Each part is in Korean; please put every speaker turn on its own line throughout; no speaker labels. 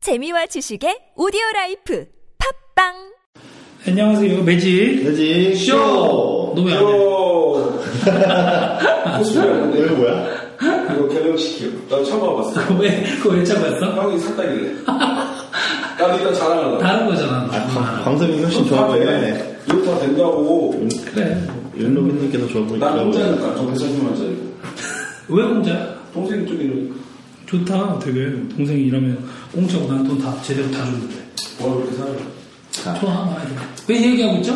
재미와 지식의 오디오 라이프 팝빵
안녕하세요 매직
돼지
네. 쇼! 너무 안 돼.
이거
이거
코스프레였는데
네, 뭐야?
이거 결정시키고 나 처음 와봤어
그거 왜 그거 왜 잡았어?
형이 샀다길래 나도 일단 자랑하려고
다른 거잖아.
아,
아,
광- 광섭이
어,
훨씬 좋아 보이네.
이거 다 된다고
그래.
윤로빈님께서 좋아 보이고.
난 혼자니까 저 회사님만 자리고
왜 공짜야?
동생 쪽에 이러니까
좋다. 되게 동생이 일하면 공짜고 난 돈 다 제대로 다 주는데.
뭘 그렇게 살아
좋아. 아, 왜 얘기하고 있죠?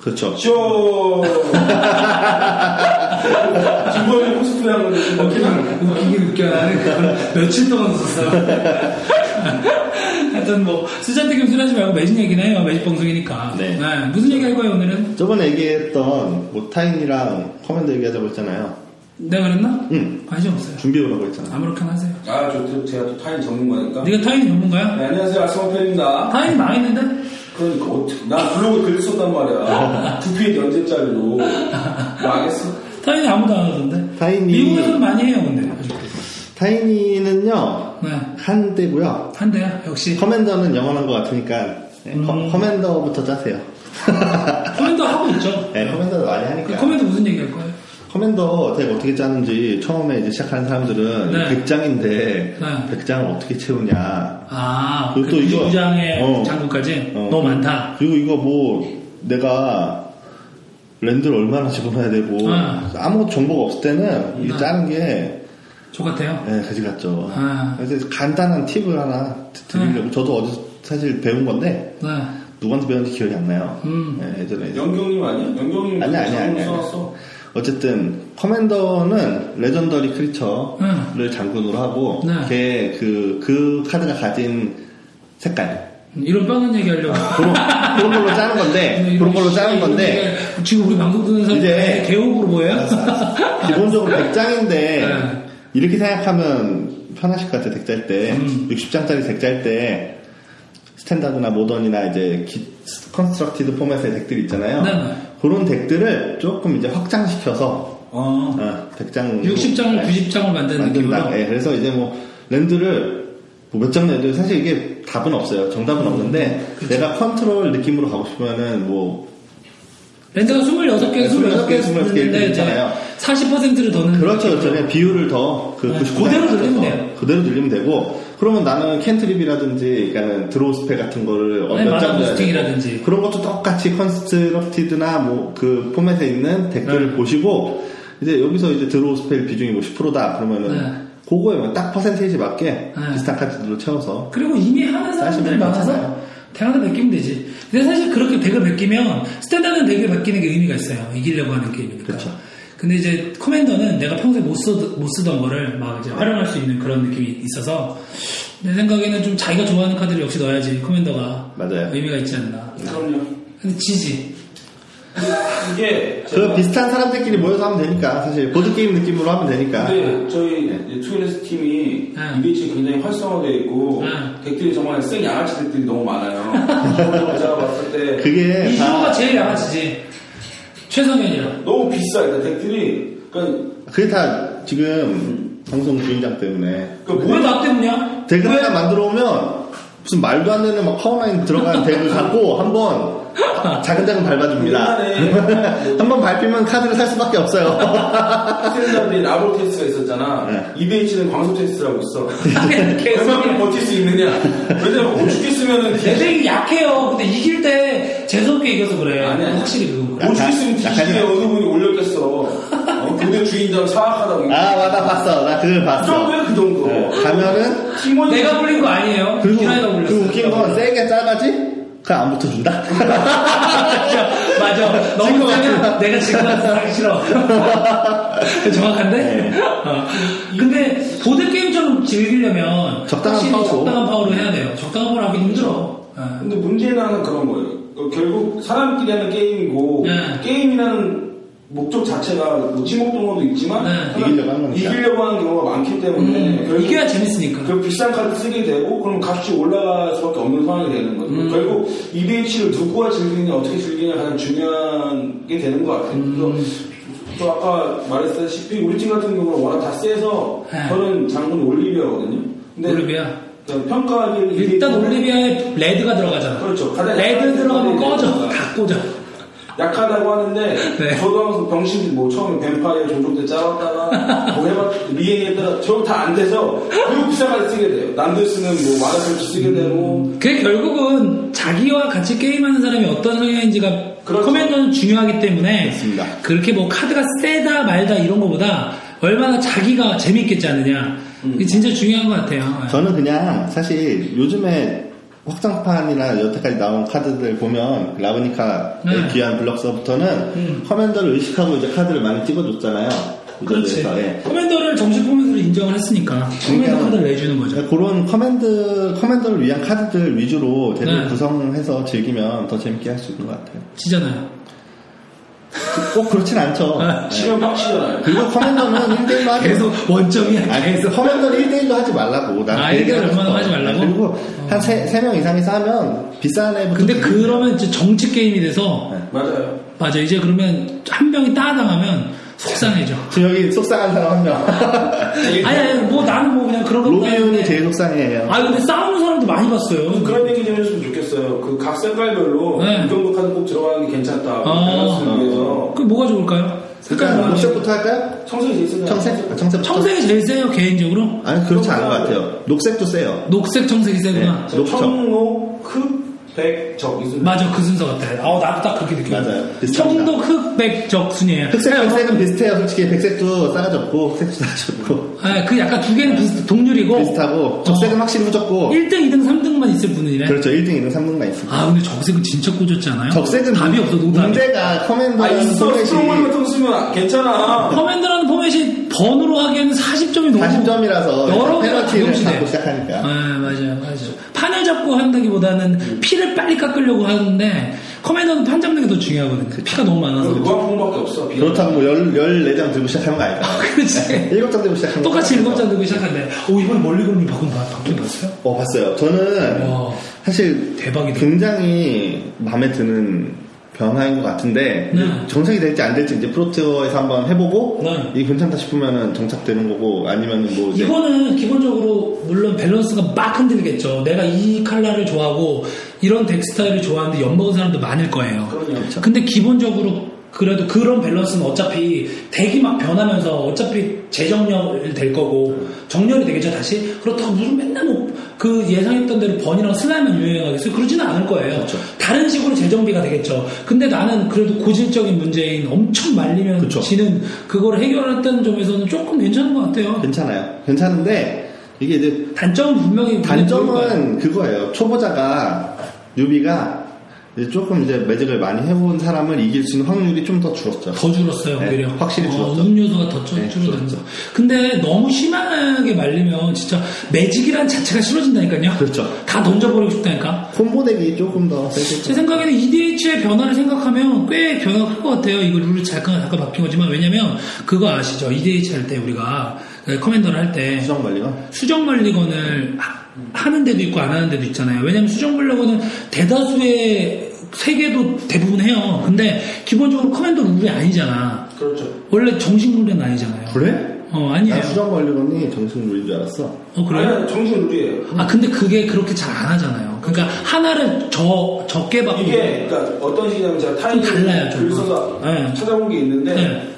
그렇죠.
쇼 이번에 코스프레 한 건데 좀
웃기긴
웃기잖아
웃기긴 웃겨. 나는 그걸 며칠 동안 썼어. 하여튼 뭐 쓰잘데기 없는 소리 하지 말고 매직 얘기나 해요. 매직 방송이니까.
네.
무슨 얘기 할 거예요 오늘은?
저번에 얘기했던 모타인이랑 커맨더 얘기하자고 했잖아요.
내가 그랬나?
응.
관심 없어요.
준비해 오라고 했잖아.
아무렇게나 하세요.
아 좋죠 제가 또 타인 전문가니까
네가 타인 전문가야?
네, 안녕하세요 아스마팬입니다
타인이 망했는데?
그러니까 어떻게 나 블로그 글 썼단 말이야 두 페이지 연재짜리로 망했어
타인이 아무도 안 하던데.
타인이-
미국에서는 많이 해요, 근데. 아직도.
타이니는요
네.
한 대고요.
한대야, 역시.
커맨더는 영원한 것 같으니까 네,
음.
커, 커맨더부터 짜세요.
코멘트 하고 있죠?
네, 커맨더도 많이
그
하니까.
코멘트 무슨 얘기 할 거예요?
커맨더 덱 어떻게 짜는지 처음에 이제 시작하는 사람들은
네.
100장인데
네.
100장을 어떻게 채우냐.
아, 그
그것도 이거-
99장의
어.
장구까지?
어.
너무 많다.
그리고 이거 뭐 내가 랜드를 얼마나 집어넣어야 되고
아.
아무것도 정보가 없을 때는
아.
이 짜는 게
저 같아요.
예, 가지 같죠.
아.
그래서 간단한 팁을 하나 드- 드리려고 저도 어제 사실 배운 건데
네.
누구한테 배웠는지 기억이 안 나요.
음.
예, 예전에 이제
영경님 아니야? 영경님
아니야, 아니야, 아니야.
써놨어.
어쨌든 커맨더는 레전더리 크리처를 장군으로 하고
네.
걔 그, 그 카드가 가진 색깔
이런 뻔한 얘기 하려고.
그런, 그런 걸로 짜는 건데
이런
네. 그런 걸로
씨,
짜는 건데
이런 얘기가 지금 우리 방송 듣는 사람
이제-
개업으로 보여요?
네. 기본적으로 100장인데
네.
이렇게 생각하면 편하실 것 같아요. 덱짤 때
음.
60장짜리 덱짤 때 스탠다드나 모던이나 이제 기- 컨스트럭티드 포맷의 덱들이 있잖아요.
네, 네.
그런 덱들을 조금 이제 확장시켜서
어.
어, 100장 네.
60장을 90장을 만드는
만든다.
느낌으로.
예, 그래서 이제 뭐 랜드를 뭐 몇장 내도 사실 이게 답은 없어요. 정답은
음,
없는데
그렇죠.
내가 컨트롤 느낌으로 가고 싶으면은 뭐
랜드가 26개,
네, 26개,
26개
26개
있는데 이제
있잖아요.
40%를 더는
그렇죠, 그렇죠. 그냥 비율을 더, 그,
네,
99.
그대로 늘리면
더
돼요.
그대로 늘리면 되고, 그러면 나는 캔트립이라든지, 그러니까는 드로우 스펙 같은 거를
네,
몇
마다
장 넣어야
부스팅이라든지.
되고, 그런 것도 똑같이 컨스트럭티드나 뭐, 그 포맷에 있는 덱들을
네.
보시고, 이제 여기서 이제 드로우 스펙 비중이 뭐 10%다, 그러면은,
네.
그거에 딱 퍼센테이지 맞게 비슷한 카드들로 채워서,
그리고 이미 하는 사람들이
사실은
많아서
괜찮아요.
대화를 베끼면 되지. 근데 사실 그렇게 덱을 베끼면 스탠다드 덱을 베끼는 게 의미가 있어요. 이기려고 하는 게임이니까.
그렇죠.
근데 이제 커맨더는 내가 평소에 못, 쓰, 못 쓰던 거를 막 이제 활용할 수 있는 그런 느낌이 있어서 내 생각에는 좀 자기가 좋아하는 카드를 역시 넣어야지 커맨더가
맞아요.
의미가 있지 않나.
그럼요.
근데 지지.
이게
그 비슷한 사람들끼리 모여서 하면 되니까, 사실, 보드게임 느낌으로 하면 되니까.
근데
네.
저희 투일레스 팀이
네.
이베이치 굉장히 활성화되어 있고
네.
덱들이 정말 생 양아치 덱들이 너무 많아요. 제가 봤을 때
그게
이
네, 다,
쇼가 제일 양아치지. 최성현이랑.
너무 비싸 일단 덱들이 그러니까
그게 다 지금, 방송 주인장 때문에
그러니까 뭐-
왜나 때문이야?
덱을
왜?
하나 만들어 오면 무슨 말도 안 되는 막 파워라인 들어간 덱을 갖고 한번 작은 작은 밟아줍니다.
옛날에
음.
한번 밟히면 카드를 살 수밖에 없어요.
스탠다드에 라볼 테스트가 있었잖아.
네.
이베이치는 광속 테스트라고 있어. 얼마큼
계속.
버틸 수 있느냐. 왜냐면 못 죽겠으면은
내 덱이 약해요. 근데 이길 때 재수없게 이겨서 그래.
아니, 아니.
확실히 그건 그래.
못뭐 죽겠으면
약간-
뒤지게 어느 분이 올렸겠어. 어, 교대 주인장 사악하다고.
아, 맞아, 봤어. 나 그걸
그
봤어.
정도야 그 정도.
네, 가면은,
팀원
내가 불린 거 아니에요.
그리고,
기라이가 불렸어.
그 웃긴 건 세게 짜가지? 그안 냥 붙어준다?
맞아. 맞아.
진것
너무
같아.
짜면 내가 지금 하기 싫어. 정확한데?
네.
어. 근데 보드게임처럼 즐기려면
적당한
확실히
파워.
적당한 파워로 해야 돼요. 적당한 파워로 하기 힘들어. 어.
근데 문제는 항상 그런 거예요. 그 결국 사람끼리 하는 게임이고
네.
게임이라는 목적 자체가 뭐 친목동원도 있지만
네.
항상
이기려고 하는 거니까.
이기려고 하는 경우가 많기 때문에
음,
결국
이겨야 재밌으니까.
그 비싼 카드 쓰게 되고 그럼 값이 올라갈 수밖에 없는 상황이 되는 거죠.
음.
결국 이베이치를 누구와 즐기느냐 어떻게 즐기느냐 가장 중요한 게 되는 것 같아요. 그래서
음.
또 아까 말했다시피 우리 팀 같은 경우는 워낙 다 세서
네.
저는 장군 올리비아거든요. 근데
올리비아?
그러니까 평가하기에는 이게
일단
좀
올리비아에 레드가 들어가잖아.
그렇죠. 가장
레드
약한
들어가면
색깔이
꺼져.
레드가.
다 꺼져.
약하다고 하는데
네.
저도 항상 병신 뭐 처음에 뱀파이어 종종 때 짜봤다가 뭐 해봤 리행했다가 저거 다 안 돼서 교육 사가 쓰게 돼요. 남들 쓰는 뭐 만화편지 쓰게 되고
그게 결국은 자기와 같이 게임하는 사람이 어떤 성향인지가
그렇죠.
커맨더는 중요하기 때문에
맞습니다.
그렇게 뭐 카드가 세다 말다 이런 거보다 얼마나 자기가 재밌겠지 않느냐 이게 진짜 중요한 예. 것 같아요.
음. 저는 그냥 사실 요즘에 확장판이나 여태까지 나온 카드들 보면 그 라브니카의
네. 음.
귀한 블럭서부터는 커맨더를 의식하고 이제 카드를 많이 찍어줬잖아요.
그렇지.
유저들에서. 예.
커맨더를 정식 커맨더로 인정을 했으니까 커맨더
그러니까
카드를 내주는 거죠.
그러니까 그런 커맨드, 커맨더를 위한 카드들 위주로 대를
네.
구성해서 즐기면 더 재밌게 할 수 있는 것 같아요.
치잖아요.
꼭 그렇진 않죠. 네.
치면 빡치잖아요.
그리고 커맨더는 1대1로 하지
아, 계속
뭐.
원점이야.
아니,
계속.
커맨더를 1대1로 하지 말라고. 난
아,
그 얘기를
1대1
하고
얼마나
싶어.
하지 말라고?
그리고 한 세, 세명 이상이 싸면 비싼 애부터.
근데 그러면 이제 정치 게임이 돼서
네.
맞아요.
맞아 이제 그러면 한 병이 따당하면 속상해져.
지금 여기 속상한 사람 한 명.
아니 아니 뭐 나는 뭐 그냥 그런 것도
네. 로비윤이
아닌데.
제일 그렇죠. 속상해요.
아 근데 싸우는 사람도 많이 봤어요.
그런 얘기 좀 해줬으면 좋겠어요. 그 각 색깔별로
네.
이 정도 카드 꼭 들어가는 게 괜찮다.
아.
밸런스를 위해서
그 뭐가 좋을까요?
일단
색깔만.
녹색부터 할까요?
청소기 제일 쓰잖아요.
청색? 아, 청색부터?
그러니까 청색이 제일 세요 개인적으로.
아니, 그렇지 않은 것 같아요. 녹색도 세요.
녹색 청색이 세구나.
네. 녹청.
청로 흑백적 있습니다.
맞아 그 순서 같아. 아우 나도 딱 그렇게 느껴.
맞아요. 비슷합니다.
청도 흑백적 순이에요.
흑색, 백색은 비슷해요. 솔직히 백색도 싸가졌고, 흑색도 싸가졌고.
아, 그 약간 두 개는 비슷 동률이고
비슷하고, 적색은 확실히 후졌고.
1등, 2등, 3등만 있을 분이네.
그렇죠. 1등, 2등, 3등만 있습니다.
아 근데 적색은 진짜 꽂았지 않아요?
적색은
답이 없어 농담이.
문제가 커맨더
아 있어
포맷이
스트롱볼 같은 거 쓰면 괜찮아.
커맨드라는 포맷이 번호로 하기에는 40점이 너무
40점이라서
여러 개가
어, 페널티를
가끔씩
잡고
돼. 아
시작하니까.
맞아요 맞아요 판을 잡고
음.
한다기보다는 피를 빨리 깎으려고 하는데 커맨더는 판 잡는 게 더 중요하거든요 그 피가 너무 많아서
그렇죠.
무한폭밖에 없어.
예.
비가.
그렇다고 뭐 10, 14장 들고 시작하는 거 아니잖아.
그렇지
7장 들고 시작하는 거
똑같이
아니죠.
일곱 장 들고 시작한대 오 이번에 멀리 걸음이 바꾼 바 바뀐 거 봤어요?
어, 봤어요. 저는
와.
사실
대박이다.
굉장히 마음에 드는 변화인 것 같은데
네.
정착이 될지 안 될지 이제 프로트어에서 한번 해보고
네.
이게 괜찮다 싶으면 정착되는 거고 아니면 뭐 이제
이거는 기본적으로 물론 밸런스가 막 흔들리겠죠. 내가 이 칼라를 좋아하고 이런 덱 스타일을 좋아하는데 엿먹은 사람도 많을 거예요.
그럼요.
근데 기본적으로 그래도 그런 밸런스는 어차피 덱이 막 변하면서 어차피 재정렬 될 거고 정렬이 되겠죠 다시 그렇다고 무슨 맨날 뭐 그 예상했던 대로 번이랑 슬라임만 유행하겠어요 그러지는 않을 거예요 다른 식으로 재정비가 되겠죠 근데 나는 그래도 고질적인 문제인 엄청 말리면 지는 그걸 해결했던 점에서는 조금 괜찮은 것 같아요
괜찮아요. 괜찮은데 이게 이제
단점은 분명히 보일 거예요.
단점은 그거예요. 초보자가 뉴비가 이제 조금 이제 매직을 많이 해본 사람을 이길 수 있는 확률이 좀 더 줄었죠.
더 줄었어요
네,
오히려
확실히 줄었죠.
음료수가 더 줄-
네,
줄어드는 거
줄었죠.
근데 너무 심하게 말리면 진짜 매직이란 자체가 싫어진다니까요
그렇죠.
다 던져버리고 싶다니까
콤보덱이 조금 더
제
세겠죠.
생각에는 EDH의 변화를 생각하면 꽤 변화가 클 것 같아요 이거 룰을 잠깐 아까 바뀐 거지만 왜냐면 그거 아시죠 EDH 할 때 우리가 그 커맨더를 할때
수정 관리가
수정 멀리건을 하- 하는 데도 있고 안 하는 데도 있잖아요. 왜냐면 수정 멀리건은 대다수의 세계도 대부분 해요. 근데 기본적으로 커맨더 룰이 아니잖아.
그렇죠.
원래 정식 룰은 아니잖아요.
그래?
어, 아니에요.
난 수정 관리건이 정신 룰인 줄 알았어.
어, 그래요?
아니, 정신 룰이에요.
아, 근데 그게 그렇게 잘 안 하잖아요. 그러니까 하나를 저, 적게 받고.
이게 그러니까 어떤 식이냐면 제가 타이밍
달라요, 아, 예. 좀.
글 써서
네.
찾아본 게 있는데
네.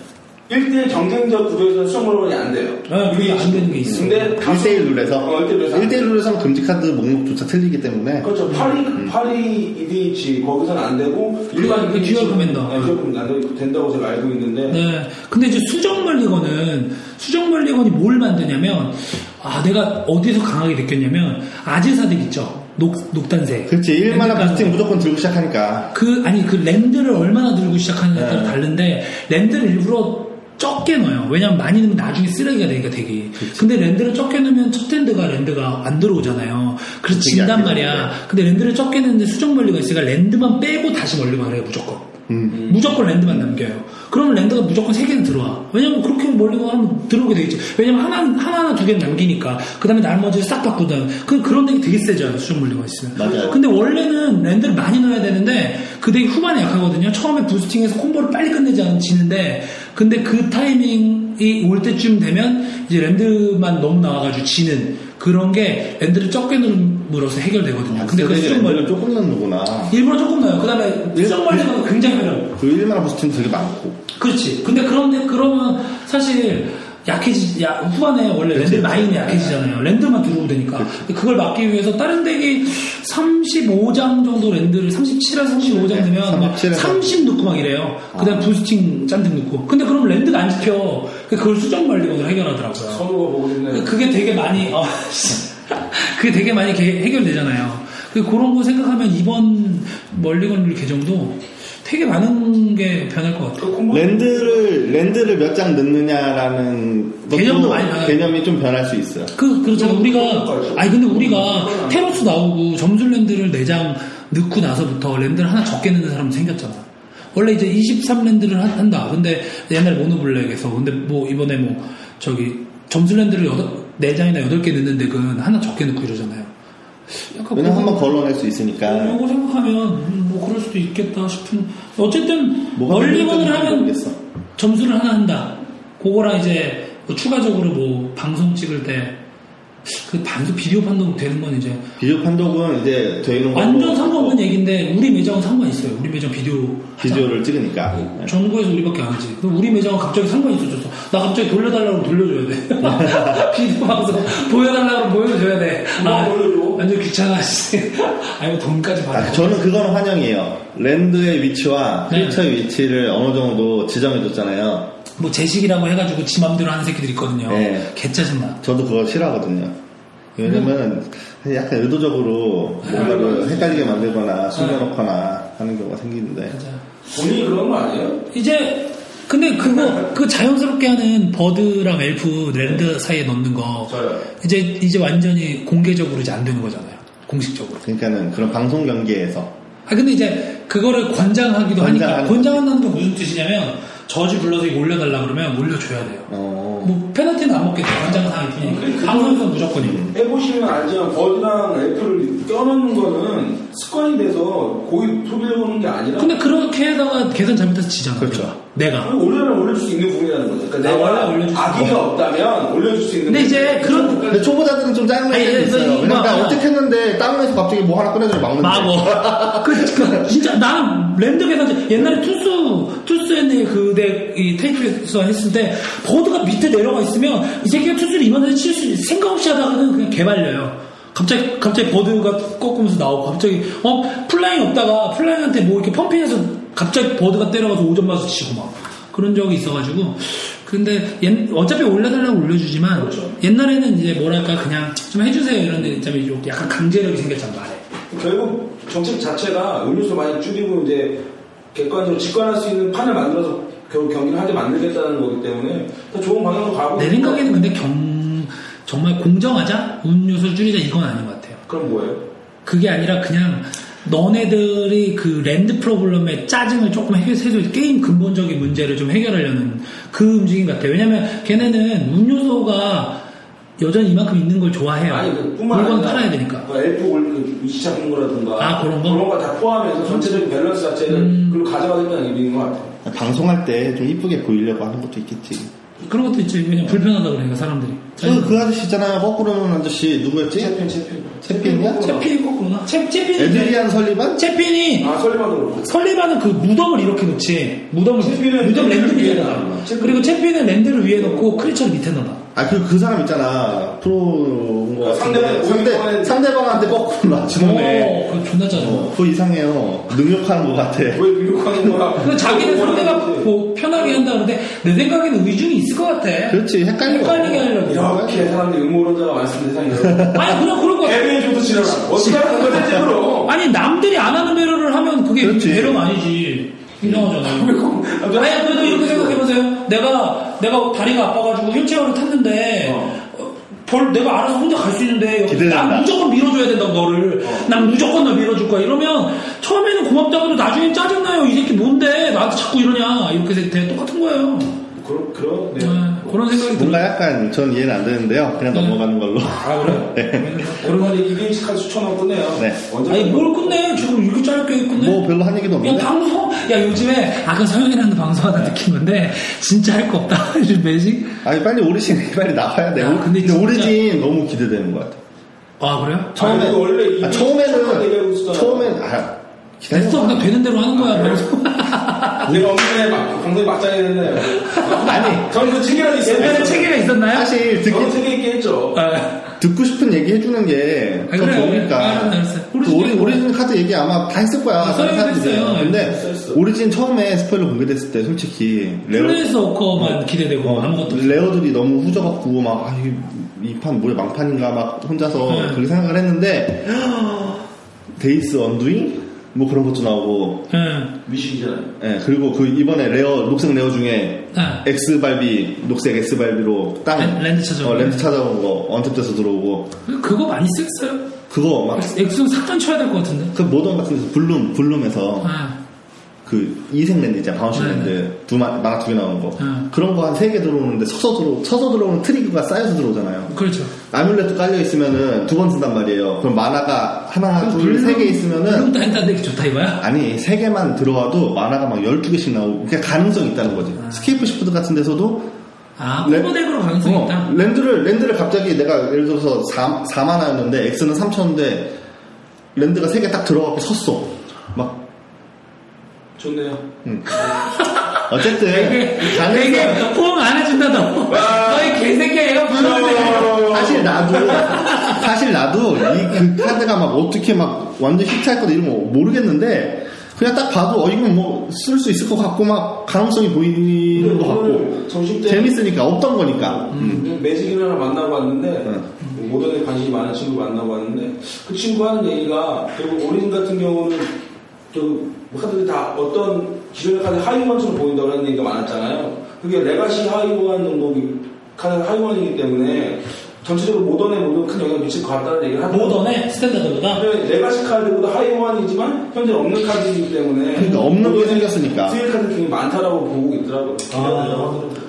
1대1 경쟁적 구조에서 수정물원이 안 돼요.
네, 그게 안 되는 게 있어요.
근데 다수-
1대1 룰에서
어, 1대1 룰에서 안
1대1
돼요.
룰에서는 금지 카드 목록조차 틀리기 때문에
그렇죠.
음.
파리 파리 EDH 거기서는 안 되고 일반
그 듀얼 커맨더.
네, 듀얼 커맨더 안 되- 된다고 제가 알고 있는데
네. 근데 이제 수정 멀리건은 수정 멀리건이 뭘 만드냐면 아 내가 어디서 강하게 느꼈냐면 아지사들 있죠. 녹 녹단색.
그렇지 1만화
그러니까
부스팅 무조건 들고 시작하니까
그 아니 그 랜드를 얼마나 들고
네.
시작하느냐에 따라 다른데 랜드를 일부러 적게 넣어요. 왜냐면 많이 넣으면 나중에 쓰레기가 되니까 되게. 근데 랜드를 적게 넣으면 첫 랜드가 랜드가 안 들어오잖아요. 그래서
그게 안
진단
되는데.
말이야. 근데 랜드를 적게 넣는데 수정 멀리가 있으니까 랜드만 빼고 다시 멀리만 해요 무조건.
음.
무조건 랜드만 남겨요. 그러면 랜드가 무조건 세 개는 들어와. 왜냐면 그렇게 멀리가 하면 들어오게 되겠지. 왜냐면 하나 하나 하나 두 개는 남기니까. 그다음에 나머지를 싹 바꾸든. 그 그런 데 되게 세져요 수정 멀리가 있으면.
맞아요.
근데 원래는 랜드를 많이 넣어야 되는데 그덱이 후반에 약하거든요. 처음에 부스팅해서 콤보를 빨리 끝내지 않으면 지는데 근데 그 타이밍이 올 때쯤 되면 이제 랜드만 너무 나와가지고 지는 그런 게 랜드를 적게 누름으로써 해결되거든요. 근데 그 수정
랜드는
멀리
조금 넣는구나.
일부러 조금 나요. 그 다음에 수정 멀리가 굉장히 편해요.
그리고 1만 부스트는 되게 많고.
그렇지. 근데 그런데 그러면 사실 약해지, 야, 후반에 원래
네.
랜드 라인이 약해지잖아요. 랜드만 들어오면 되니까. 근데 그걸 막기 위해서 다른 덱이 35장 정도 랜드를 37에서
네,
35장 되면 막
37에서. 아.
30 넣고 막 이래요. 그 다음에 부스팅 짠득 넣고. 근데 그럼 랜드가 안 지켜. 그걸 수정 관리로 해결하더라고요.
선우가 보고 싶네.
그게 되게 많이, 어, 그게 되게 많이 개- 해결되잖아요. 그 그런 거 생각하면 이번 멀리건룰 개정도 되게 많은 게 변할 것 같아요.
그 콤보
랜드를, 랜드를 몇 장 넣느냐라는 것도
개념도 많이 변하죠.
개념이 좀 변할 수 있어요.
그, 그렇잖아. 우리가,
그럴까요?
아니, 근데 우리가 테러스 나오고 점술랜드를 4장 넣고 나서부터 랜드를 하나 적게 넣는 사람 생겼잖아. 원래 이제 23랜드를 한다. 근데 옛날 모노블랙에서. 근데 뭐 이번에 뭐 저기 점술랜드를 4장이나 8개 넣는 덱은 하나 적게 넣고 이러잖아요. 약간
왜냐면
그거-
한번 걸러낼 수 있으니까.
요거 생각하면 음, 뭐 그럴 수도 있겠다 싶은 어쨌든
뭐가
멀리건을
문제인지
하면
모르겠어.
점수를 하나 한다 그거랑 이제 뭐 추가적으로 뭐 방송 찍을 때 그 반수 비디오 판독 되는 건 이제
비디오 판독은 이제 저희는
완전
걸로
상관없는 얘기인데 우리 매장은 상관 있어요 우리 매장 비디오 하자
비디오를 찍으니까.
네. 전국에서 우리밖에 안 하지 그럼 우리 매장은 갑자기 상관 있어졌어 나 갑자기 돌려달라고 돌려줘야 돼 비디오 방송 보여달라고 보여줘야 돼 아,
나 보여줘.
완전 귀찮아 씨. 아니 돈까지 받아
아, 저는 그건 환영이에요. 랜드의 위치와
네.
크리처의 위치를 어느 정도 지정해줬잖아요.
뭐 제식이라고 해가지고 지 맘대로 하는 새끼들 있거든요.
네.
개짜증나.
저도 그거 싫어하거든요. 왜냐면
음.
약간 의도적으로 뭔가를 헷갈리게 만들거나 숨겨놓거나 하는 경우가 생기는데
맞아.
본인이 그런 거 아니에요?
이제 근데 그거 그 자연스럽게 하는 버드랑 엘프
네.
랜드 사이에 넣는 거
저요.
이제 이제 완전히 공개적으로 이제 안 되는 거잖아요. 공식적으로.
그러니까는 그런 방송 경계에서
아 근데 이제 그거를 권장하기도 하니까
권장하는
권장한다는 게 무슨 뜻이냐면 저지 불러서 이거 올려달라 그러면 올려줘야 돼요.
어,
뭐 페널티는 안 먹겠죠. 권장사항일
아, 그러니까.
뿐이니까. 방송에서 무조건이고.
음.
해보시면 알지만 버드랑 애플을 껴넣는 거는 습관이 돼서 고의 소비를 보는 게 아니라
근데 그렇게 해다가 계산 잘못해서 지잖아.
그렇죠.
내가.
올려면 올려줄 수 있는 부분이라는 거죠. 그러니까
아,
내가
원래 올려줄 수
악의가 없다면 올려줄 수 있는
근데 이제
부분.
그런
근데 초보자들은 좀 짜증날
아니,
때도
아니,
있어요.
아니,
왜냐면 나
이거-
어떻게 했는데 다운에서 갑자기 뭐 하나 꺼내서 막는데
마고. 그, 그, 진짜 나는 랜드 계산제 옛날에 투수 투수했는데 그대 이 테이프에서 했을 때 보드가 밑에 내려가 있으면 이 새끼가 투수를 이만해서 칠 수 있는 생각 없이 하다가는 그냥 개발려요. 갑자기 갑자기 보드가 꺾으면서 나오고 갑자기 어 플라잉 없다가 플라잉한테 뭐 이렇게 펌핑해서 갑자기 보드가 때려가서 5점 맞아서 치고 막 그런 적이 있어가지고 근데 옛- 어차피 올려달라고 올려주지만
그렇죠.
옛날에는 이제 뭐랄까 그냥 좀 해주세요 이런 데 있자면 좀 약간 강제력이 생겼잖아 말에
결국 정책 자체가 음료수 많이 줄이고 이제 객관적으로 직관할 수 있는 판을 만들어서 결국 경기를 하게 만들겠다는 거기 때문에 더 좋은 방향으로 가고
내 생각에는 근데 경 정말 공정하자 음료수 줄이자 이건 아닌 것 같아요.
그럼 뭐예요?
그게 아니라 그냥 너네들이 그 랜드 프로블럼의 짜증을 조금 해소해 게임 근본적인 문제를 좀 해결하려는 그 움직임 같아요. 왜냐면 걔네는 음료수가 여전히 이만큼 있는 걸 좋아해요.
아니 그 뿐만
물건
아니라
팔아야 되니까.
그 엘프 올그 위치 잡는 거라든가
아, 그런 거? 음.
그런 거 다 포함해서 전체적인 밸런스 자체를 그걸로 가져가겠다는 의미인 것 같아요.
방송할 때 좀 이쁘게 보이려고 하는 것도 있겠지.
그런 것도 있지. 그냥 불편하다 그러니까 사람들이.
그, 그 아저씨 있잖아요. 거꾸로 오는 아저씨 누구였지?
채핀 채핀
채핀이야?
채핀이 거꾸로나? 채, 채핀이.
에드리안 설리반?
채핀이
아 설리반도 그렇고
설리반은 그 무덤을 이렇게 놓지. 무덤을
채피는
무덤 랜드
위에
위에
놔.
놔.
채피.
그리고 채피는 랜드를 위에 놓고 크리처를 밑에 넣어.
아, 그, 그 사람 있잖아. 프로인 것
상대방, 뭐
같은데. 상대,
공격하는-
상대방한테 거꾸로 맞추네.
오, 그 존나 짜증나.
어, 그거 이상해요. 능력하는 것 같아.
왜 미국하는 거야?
그 자기는
어.
상대가 뭐 편하게 한다는데 내 생각에는 의중이 있을 것 같아.
그렇지, 헷갈려.
헷갈리게 하려고.
이렇게 사람들이 음모론자가 많습니다 세상에.
아니 그냥 그런 거 같아.
개미의 조도 지나라. 어떻게 하는 거지 집으로?
아니 남들이 안 하는 배려를 하면 그게
그렇지.
배려가 아니지. 인정하잖아요. 아니 그래도 이렇게 생각해보세요. 내가 내가 다리가 아파가지고 휠체어를 탔는데
어.
어, 볼 내가 알아서 혼자 갈 수 있는데
기대된다.
난 무조건 밀어줘야 된다 너를. 난 무조건 너 밀어줄 거야. 이러면 처음에는 고맙다고 해도 나중엔 짜증나요. 이 새끼 뭔데 나한테 자꾸 이러냐 이렇게 돼 똑같은 거예요.
그런 그런 네.
아, 그런 생각이 들어요.
뭔가 약간 전 이해는 안 되는데요. 그냥
음.
넘어가는 걸로.
아 그래요?
오랜만에 이벤트까지 추천하고 끝내요.
네.
언제
아니 뭘 끝내? 지금 이렇게 짧게 끝내?
뭐 별로 한 얘기도
야
없는데.
음.
방송 야 요즘에 아까 서영이랑도 그 방송하다 느낀 건데 진짜 할 거 없다 이런 매직
아니 빨리 오리진 빨리 나와야
아,
돼.
야,
요
근데
근데,
진짜-
오리진 너무 기대되는 것 같아.
아 그래요?
아니, 근데 원래 이미
아,
시작하고 얘기하고
처음에는
있었잖아.
처음엔 아 기다려.
됐어 그냥 되는 대로 하는 거야 방송
아, 내가 엄청나게 막 방송에 맞짱이 됐네.
아니
저는 그 책이라도 있어요.
옛날에 책임이 있었나요?
사실 듣기
저는 책이 있긴 했죠.
아,
듣고 싶은 얘기 해주는 게
아,
더
그래요.
좋으니까.
알았어, 알았어.
또
오리진
오리,
얘기
오리진 카드 얘기 아마 다 했을 거야.
아,
다른
설명했어요.
사람들이.
했어,
근데
했어.
오리진 처음에 스포일러 공개됐을 때 솔직히 레어,
플레이스 워커만 기대되고 뭐
어,
아무것도 없어
레어들이 너무 후져갖고 막 아, 이판 뭐야 망판인가 막 혼자서
네.
그렇게 생각을 했는데 데이스 언두잉 뭐 그런 것도 나오고
예, 응.
미식이잖아요.
예, 그리고 그 이번에 레어 녹색 레어 중에
아,
X 발비 녹색 X 발비로 땅
네, 랜- 랜드 찾아오고.
어, 랜드 찾아온 거 언탭돼서 들어오고
그거 많이 셌어요?
그거 막
액션 삭감 쳐야 될 것 같은데
그 모던 같은 데서 블룸, 블룸에서
아,
그 이색 랜드 있잖아, 바운싱
네,
랜드. 두 마, 만화 두 개 나오는 거.
네.
그런 거 한 세 개 들어오는데 서서 들어, 서서 들어오는 트리그가 쌓여서 들어오잖아요.
그렇죠
아뮬렛도 깔려있으면은 두 번 쓴단 말이에요. 그럼 만화가 하나, 둘, 세 개
그럼
있으면은
딴 딴데 좋다 이거야?
아니, 세 개만 들어와도 만화가 막 12개씩 나오고, 그냥 가능성이 있다는 거지. 스케이프 시프트 같은 데서도
아
네.
오버덱으로 네. 가능성이
어,
있다
랜드를, 랜드를 갑자기 내가 예를 들어서 4, 4만화였는데, X는 3천인데, 랜드가 세 개 딱 들어가고 섰어. 막
좋네요.
음. 어쨌든 가능성
네.
아.
되게 포옹 안 해준다 너 너희 개새끼야 얘가 부러운데
사실 나도 사실 나도 이 그 카드가 막 어떻게 막 완전 히트할 거다 이런 거 모르겠는데 그냥 딱 봐도 어 이건 뭐 쓸 수 있을 것 같고 막 가능성이 보이는 것 같고
점심 때
재밌으니까 없던 거니까 음.
매직이를 하나 만나고 왔는데
응.
모던에 관심이 많은 친구 만나고 왔는데 그 친구 하는 얘기가 결국 오린 같은 경우는 그 카드들이 다 어떤 기존의 카드 하위원처럼 보인다고 하는 얘기가 많았잖아요. 그게 레가시 하위원 정도 카드 하위원이기 때문에 전체적으로 모던에 모든 큰 영향을 미칠 것 같다는 얘기를 하고
모던의 스탠다드보다
현재 레가시 카드보다 하위원이지만 현재 없는 카드이기 때문에
그러니까 없는 게
모던에
생겼으니까
수익 카드 중에 많다라고 보고 있더라고요.
아,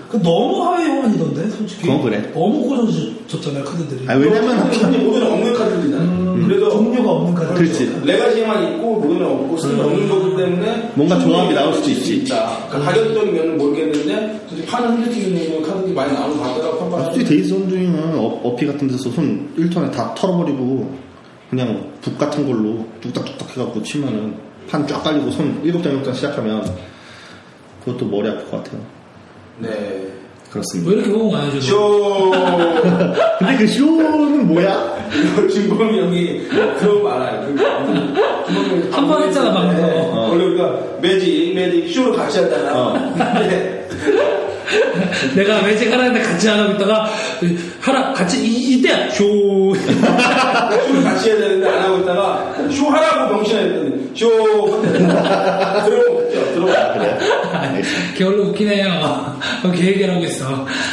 그 너무 하위원이던데 솔직히
그건 그래.
너무 꽂아줬잖아요 카드들이
아 왜냐면 음.
모든 음. 없는 카드들이잖아요. 그래서
종류가 없는 카드
그렇지
레가시에만 있고 모든은 없고 쓰는 없는 거기 때문에
음. 뭔가 조합이 나올 수도 있지. 음.
다 그러니까 가격적인 면은 모르겠는데 도대체 파는 흔들리는 경우는 카드들이 많이 나오는 것 같더라고
솔직히
평가하는
데이스 온두잉은 어, 어피 같은 데서 손 1톤에 다 털어버리고 그냥 북 같은 걸로 뚝딱뚝딱 해갖고 치면은 판 쫙 깔리고 손 7장 6장 시작하면 그것도 머리 아플 것 같아요
네.
그렇습니다
왜 이렇게 호응 안 해줘?
쇼!
근데 그 쇼는 뭐야?
이거 진범이 형이 그런 말 알아요. 그 진범이 형이
한번 했잖아, 방금.
네.
어.
원래 우리가 매직, 매직 쇼를 같이 네. 하잖아.
어.
근데
내가 매직 하라는데 같이 안 하고 있다가 하라 같이 이, 이때 쇼
쇼를 같이 해야 되는데 안 하고 있다가 쇼 하라고 병신을 했더니 쇼! 들어오죠,
그렇죠.
들어오죠.
게을러 웃기네요. 계획을 하고 있어.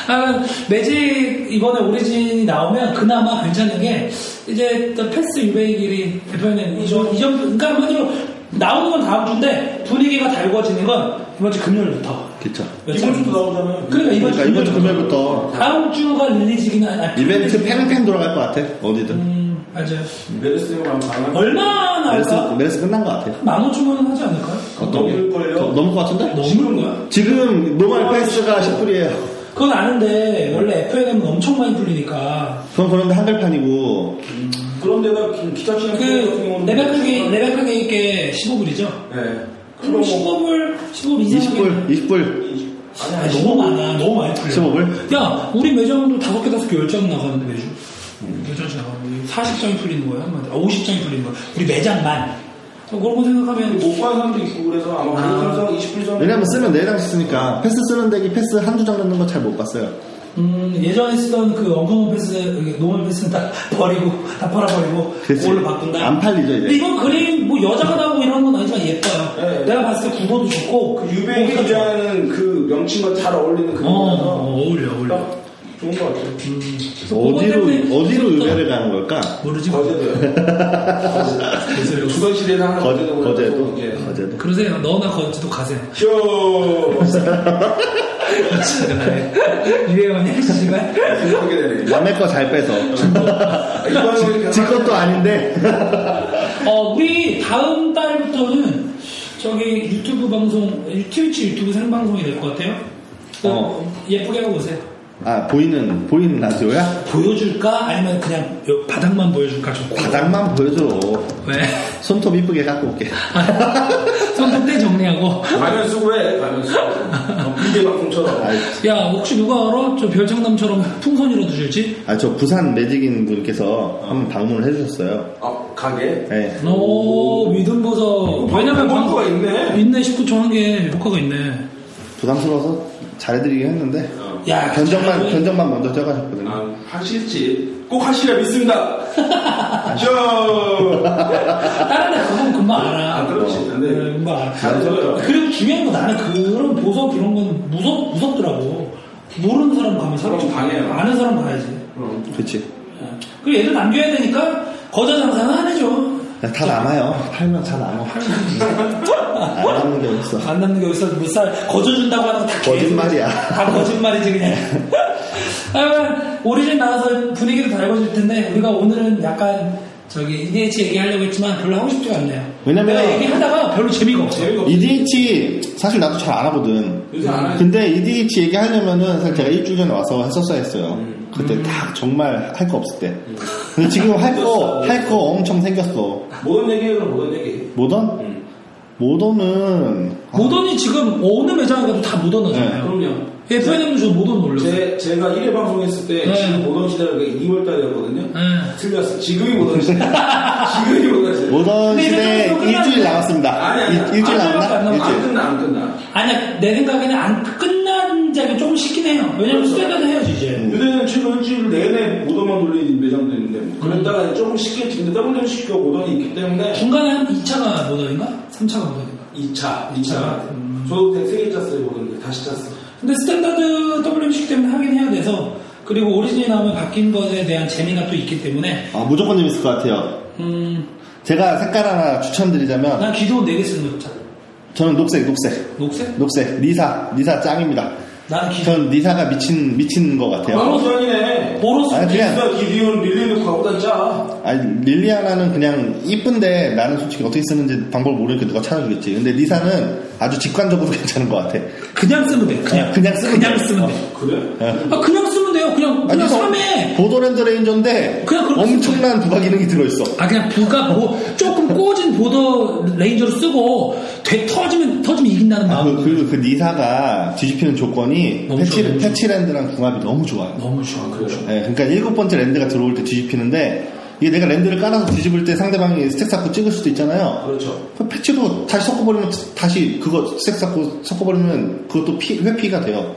아, 매직 이번에 오리진이 나오면 그나마 괜찮은 게 이제 또 패스 유베이길이 대표님 이점 이점 그러니까 한마디로 나오는 건 다음 주인데 분위기가 달궈지는 건 이번 주 금요일부터.
그쵸
이번 주도 나오잖아요.
그러니까 이번 주
그러니까 이번 주
금요일부터.
금요일부터
다음 주가 릴리즈긴 하
이벤트 팽팽 돌아갈 것 같아 어디든
음, 맞아요.
메르스 형이랑 방학
얼마나
메르스,
할까?
메르스 끝난 것 같아
만 오천 원은 하지 않을까요?
넘을걸요?
더 넘을 아, 것 같은데?
넘는 거야.
지금 노멀 패스가 10불이에요
그건 아는데 원래 FNM은 엄청 많이 풀리니까
그건 그런데 한글판이고
그런 데가 기- 기차 시험
그 레벨하게 레벨하게 이게 15불이죠?
네.
그럼 15불 15불 이상하게
20불 20불
아니, 아니, 너무 많아 너무 많이 풀려
15불?
야 우리 매장도 다섯 개 다섯 개 열장 나가는데 매주 열장씩 나가는데 40장이 풀리는 거야 한마디 아 50장이 풀리는 거야 우리 매장만 어, 그런 거 생각하면
못 구한 사람도 있고 그래서 아마
아.
그래서 20분 전
왜냐면 쓰면 내장 쓰니까 패스 쓰는 데기 패스 한두 장 넣는 거 잘 못 봤어요.
음, 예전에 쓰던 그 엉컴 패스 이게 노멀 패스는 다 버리고 다 팔아버리고
그치.
그걸로 바꾼다
안 팔리죠, 이제.
근데 이건 그림 뭐 여자가 나오고 이런 건 아니지만 예뻐요
네.
내가 봤을 때 구도도 좋고
그 유배
보기도 좋아.
기자는 그 명칭과 잘 어울리는 그
어, 어, 음.
분이라서
어울려, 어울려.
딱 좋은 것 같아요.
그래서 그것
어디로
때문에
어디로
좀 더-
의뢰를 가는 걸까?
모르지. 뭐.
거제도요. 주선 시대는 하나
거,
거제도 예.
거제도 거제도.
그러세요. 너나 거지도 가세요.
쇼!
유해원이 핵심이지만
생각하게 되네.
남의 거 잘 빼서.
이번에
제 것도 아닌데.
어, 우리 다음 달부터는 저기 유튜브 방송, 트위치 유튜브 생방송이 될 것 같아요.
어.
예쁘게 하고 오세요.
아, 보이는, 보이는 라디오야?
보여줄까? 아니면 그냥 요 바닥만 보여줄까? 좋고.
바닥만 보여줘.
왜?
손톱 이쁘게 갖고 올게.
손톱대 정리하고.
가면 쓰고 해. 가면 쓰고. 비대 방송처럼.
아이,
야, 혹시 누가 알아? 저 별장남처럼 풍선이라도 줄지?
아, 저 부산 매직인 분께서 한번 방문을 해주셨어요.
아, 가게?
예.
오, 믿음 보서. 왜냐면
광고가
광고-
있네.
있네, 19초 한 게 효과가 있네.
부담스러워서 잘해드리긴 했는데. 아,
야,
견적만,
어. 잘-
견적만 먼저 짜가셨거든요.
아, 하실지. 꼭 하시라 믿습니다. 저.
다른 애 그건 금방 알아.
아, 그렇지.
네,
근데.
금방 알아.
잘 들어요.
그리고 중요한 건 나는 그런 보석 이런 건 무섭, 무섭더라고. 모르는 사람 가면 사람
그럼 당해요.
아는 사람 가야지.
그럼.
그치.
그리고 얘들 남겨야 되니까 거저 장사는 안 해줘.
야, 다 남아요. 팔면 다 남아. 안 남는 게 없어.
안 남는 게 어디서 몇살 거저 준다고 하는 거다
거짓말이야.
다 거짓말이지 그냥. 아, 오리진 나와서 분위기를 달궈줄 텐데 우리가 오늘은 약간 저기 EDH 얘기하려고 했지만 별로 하고 싶지가 않네요.
왜냐면-
내가 얘기하다가 별로 재미가 없어.
재미가 없어.
EDH E 사실 나도 잘 안 하거든.
요새 안 하지.
근데 EDH 얘기하려면은 사실 제가 일주일 전에 와서 했었어야 했어요. 그때 딱 정말 할 거 없을 때. 근데 지금 할 거, 할 거 엄청 생겼어.
모든 얘기예요, 그럼 모든 얘기.
모던?
음.
모던은. 아,
모던이 지금 어느 매장에 가도 다 모던하잖아요.
네. 그럼요.
예, 프로님도 저 모던 올렸어요.
제, 제가 1회 방송했을 때
네.
지금 모던 시대가 2월 달이었거든요.
네.
틀렸어. 지금이 모던 시대. 지금이 모던 시대.
모던
근데
시대
이제 좀
일주일
끝났네.
남았습니다.
아니, 아니, 아니.
뭐, 일- 일주일
안 끝났어,
남았나?
안
안
일주일.
끝나, 안 끝나.
아니야, 내 생각에는 안 끝난 자가 조금 쉽긴 해요. 왜냐면
그렇죠.
스탠다드 해야지, 이제.
요새는 최근 일주일 내내 모던만 돌리는 매장도 있는데
음.
그랬다가 이제 조금 쉽게 근데 WM 쉽게 모던이 있기 때문에
중간에 한 2차가 모던인가? 3차가 모던인가?
2차, 2차
음.
저도 되게 세개 짰어요 모던데 다시 짰어
근데 스탠다드 WMC 때문에 하긴 해야 돼서, 그리고 오리지널 나오면 바뀐 것에 대한 재미가 또 있기 때문에,
아, 무조건 재밌을 것 같아요.
음,
제가 색깔 하나 추천드리자면
난 기도 4개 쓰는 거 있잖아.
저는 녹색, 녹색.
녹색?
녹색 리사 리사 짱입니다.
나는 기도.
전 리사가 미친 미친 것 같아요.
마로선이네
보로스.
아니 그냥
기사 기디온 릴리는 과보단 짜
아니 릴리아나는 그냥 이쁜데 나는 솔직히 어떻게 쓰는지 방법을 모르니까 누가 찾아주겠지. 근데 리사는 아주 직관적으로 괜찮은 것 같아.
그냥 쓰면 돼. 그냥.
어, 그냥 쓰면
그냥
돼.
쓰면 돼.
그래?
아, 그냥 쓰면 돼요. 그냥, 그냥
그래서
3회.
보더랜드 레인저인데
그냥 그렇게
엄청난 부가 기능이 들어있어.
아 그냥 부가 뭐 조금 꽂은 보더 레인저로 쓰고 되 터지면 터지면 이긴다는
아,
마음
그, 그리고 그 리사가 뒤집히는 조건이
너무
패치,
좋아, 너무 좋아.
패치랜드랑 궁합이 너무 좋아요.
너무 좋아 그렇죠
예, 그러니까 일곱 번째 랜드가 들어올 때 뒤집히는데 이게 내가 랜드를 깔아서 뒤집을 때 상대방이 스택 쌓고 찍을 수도 있잖아요.
그렇죠
그 패치로 다시 섞어버리면 다시 그거 색 섞고 섞어버리면 그것도 피, 회피가 돼요.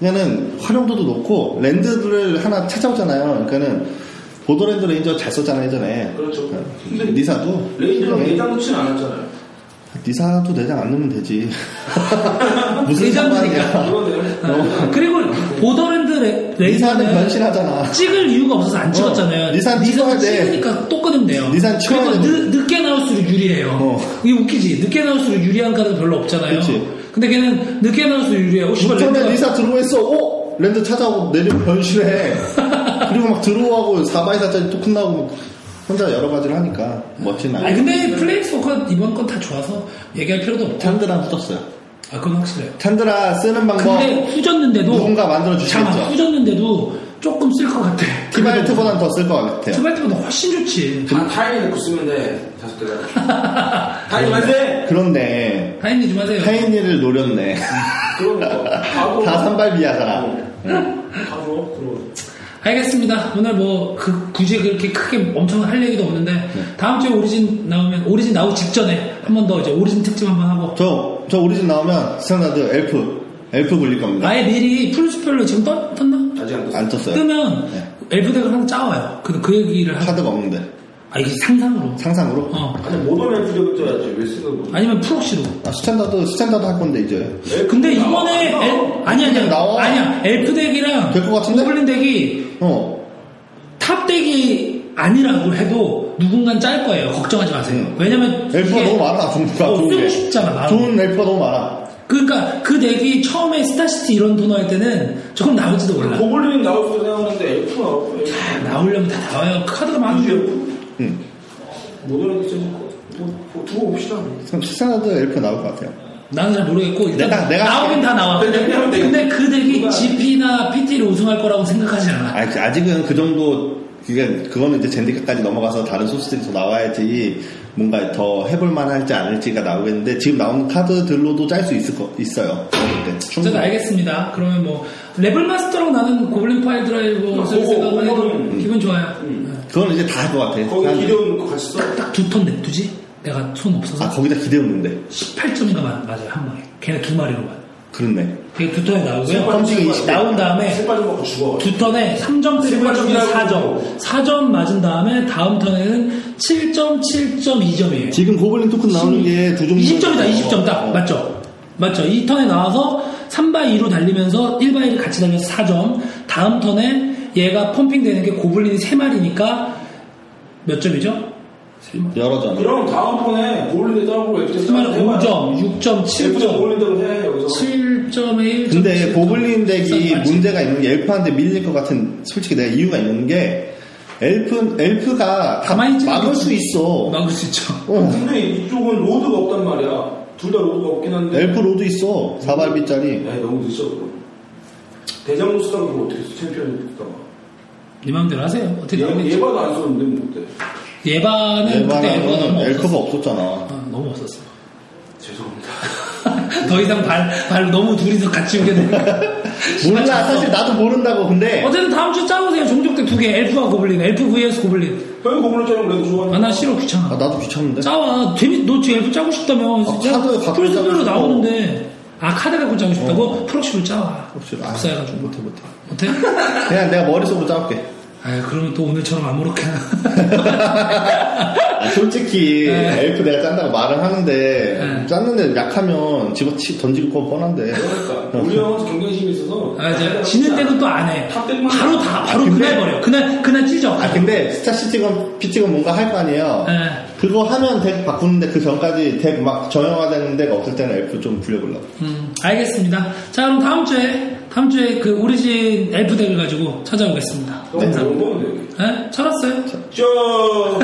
그러니까는 활용도도 높고 랜드를 하나 찾아오잖아요. 그러니까는 보더랜드 레인저 잘 썼잖아요 예전에.
그렇죠 근데
리사도
레이저랑
네.
내장 놓지는 않았잖아요
리사도 내장 안 넣으면 되지. 무슨
내장
상관이야?
그러니까 이거는
어. 그리고 보더랜드 레,
리사는
레이저는
변신하잖아.
찍을 이유가 없어서 안 찍었잖아요
리사는 찍어야 돼.
찍으니까 똑같은 돼요
리사는 찍어야
그리고
돼.
늦, 늦게 나올수록 유리해요
어.
이게 웃기지 늦게 나올수록 유리한 카드 별로 없잖아요
그치.
근데 걔는 늦게 나올수록 유리하고 씨발
전에
랜드가-
리사 들어오했어. 어? 랜드 찾아오고 내리면 변신해. 그리고 막 들어오고 4x4짜리 토큰 나오고 혼자 여러 가지를 하니까 멋진
아니
아이.
근데 플레이스워커 이번 건 다 좋아서 얘기할 필요도 없다
탄드랑 붙었어요.
아 그건 확실해요
탄드라 쓰는 방법.
근데 후졌는데도
뭐, 누군가 만들어주시겠죠.
잠깐 후졌는데도 조금 쓸 것 같아.
티발트보단 더 쓸 것 같아요.
티발트보다 훨씬 좋지.
다 아, 타임에 넣고 쓰면 돼 다섯 개가 타임 안돼
그런데
타인이 좀 하세요.
타인이를 노렸네.
그런 거 바로
다 선발비하잖아.
바로 그런
알겠습니다. 오늘 뭐 그- 굳이 그렇게 크게 엄청 할 얘기도 없는데
네.
다음 주에 오리진 나오면 오리진 나오기 직전에 한 번 더 이제 오리진 특집 한 번 하고
저, 저 오리진 나오면 스탠다드 엘프, 엘프 굴릴 겁니다.
아예 미리 풀스펠로 지금 떴, 떴나?
아직 안 떴어
안 떴어요.
뜨면
네.
엘프덱을 하나 짜와요. 그, 그 얘기를 하고
카드가 없는데.
아 이게 상상으로.
상상으로.
어.
아니 모던 엘프력을 쪄야지 왜 쓰는 거지
아니면 프록시로.
아, 스탠다드, 스탠다드 할 건데 이제.
네,
근데 이번에
나와.
엘, 아니 아니야
나와.
아니야 엘프 덱이랑
될것 같은데?
고블린 덱이
어.
탑덱이 아니라고 해도 누군간 짤 거예요. 걱정하지 마세요.
음.
왜냐면
엘프가
이게
너무 많아, 종류가.
어,
좋은
쓰고
게.
싶잖아. 나는.
좋은 엘프가 너무 많아.
그러니까 그 덱이 처음에 스타시티 이런 토너 할 때는 조금 나올지도 몰라.
고블린 나올 거 생각하는데 엘프 나올 거
다 나오려면 다 나와요. 카드가 많아요.
응.
모델은 이제 뭐, 뭐, 뭐 두고 봅시다.
그럼 식사라도 엘프 나올 것 같아요.
나는 잘 모르겠고 일단
내가- 내가
나오긴 다 나와.
근데 왜냐면 내가-
근데 그 덱이
누가-
GP나 PT를 우승할 거라고 생각하지 않아.
아직, 아직은 그 정도, 그게, 그거는 이제 젠디카까지 넘어가서 다른 소스들이 더 나와야지 뭔가 더 해볼만 할지 않을지가 나오겠는데 지금 나오는 카드들로도 짤 수 있을 거, 있어요. 네,
어쨌든
충분히.
알겠습니다. 그러면 뭐 레벨 마스터랑 나는 고블린 파일 드라이브
그거,
쓸 생각만 해도
어, 그거는- 뭐. 음.
기분 좋아요. 네.
그건 이제 다 할 것 같아.
거기
난-
기대온 거 같이 써.
딱 두 톤 냅두지? 내가 손 없어서
아, 거기다 기대었는데.
18점인가 맞아요 한 마리. 걔는 두 마리로만.
그렇네.
그게 두 턴에 나오고요.
펌핑이 이십 개.
나온 다음에
새 빠져 먹고 죽어.
두 턴에 3점 때리고
정말 중요하고.
4점. 4점 맞은 다음에 다음 턴에는 7점, 7점, 2점이에요.
지금 고블린 토큰 나오는 게 두 종류.
20점이다, 20점 딱.
어.
맞죠? 맞죠? 이 턴에 나와서 3바 2로 달리면서 1바 1을 같이 달려서 4점. 다음 턴에 얘가 펌핑 되는 게 고블린이 3마리니까 몇 점이죠?
여러 점.
그럼 다음 번에 고블린에 따고 엘프
3마리 5점, 6점,
엘프도
7점,
고블린대로 해 여기서.
7점에 1점.
근데 고블린 덱이
문
문제가 있는 게 엘프한테 밀릴 것 같은 솔직히 내가 이유가 있는 게 엘프 엘프가 다
가만히 있지
막을
않겠지.
수 있어.
막을 수 있죠.
어.
근데 이쪽은 로드가 없단 말이야. 둘 다 로드가 없긴 한데.
엘프 로드 있어. 4발비짜리.
야, 너무 늦어. 그거. 대장 로스가 그걸 어떻게 했어? 챔피언이 됐다가.
네 마음대로 하세요. 어떻게 나오는지.
얘, 얘봐도 안 쏘는데 뭐 어때?
예바는 음, 그때 예바가
엘바는
너무
엘프가
없었어.
없었잖아.
아, 너무 없었어.
죄송합니다.
더 이상 발, 발 너무 둘이서 같이 우게 되니까.
몰라 사실 나도 모른다고 근데
어쨌든 다음 주 짜오세요. 종족 때 두 개 엘프와 고블린, 엘프 vs 고블린.
형이 고블린 짜는 그래도 좋아하는
아, 나 싫어, 귀찮아.
아, 나도 귀찮은데.
짜와. 재밌, 너 지금 엘프 짜고 싶다며. 진짜
카드 갖고 짜고
프로스로
싶어. 어.
나오는데. 아, 카드 갖고 짜고 싶다고? 프록시로 짜와.
프록시로. 아,
복사해가지고.
못해, 못해.
못해?
그냥 내가 머릿속으로 짜올게.
아, 그러면 또 오늘처럼 아무렇게나.
아, 솔직히
네.
엘프 내가 짠다고 말을 하는데
네.
짰는데 약하면 집어 치, 던질 거 뻔한데.
그러니까. 우리 형은 경쟁심이 있어서.
아, 이제 지는 때는 또 안 해.
탑 백만.
바로 다, 바로
아, 근데-
그날 버려. 그날, 그날 찢어.
아 근데 스타 시티건 피티건 뭔가 할 거 아니에요.
네.
그거 하면 덱 바꾸는데 그 전까지 덱 막 정형화되는 데가 없을 때는 엘프 좀 불려보려고.
음, 알겠습니다. 자, 그럼 다음 주에, 다음 주에 그 오리진 엘프 덱을 가지고 찾아오겠습니다.
너무 좋은 거는데 여기.
예? 찾았어요?
쭉.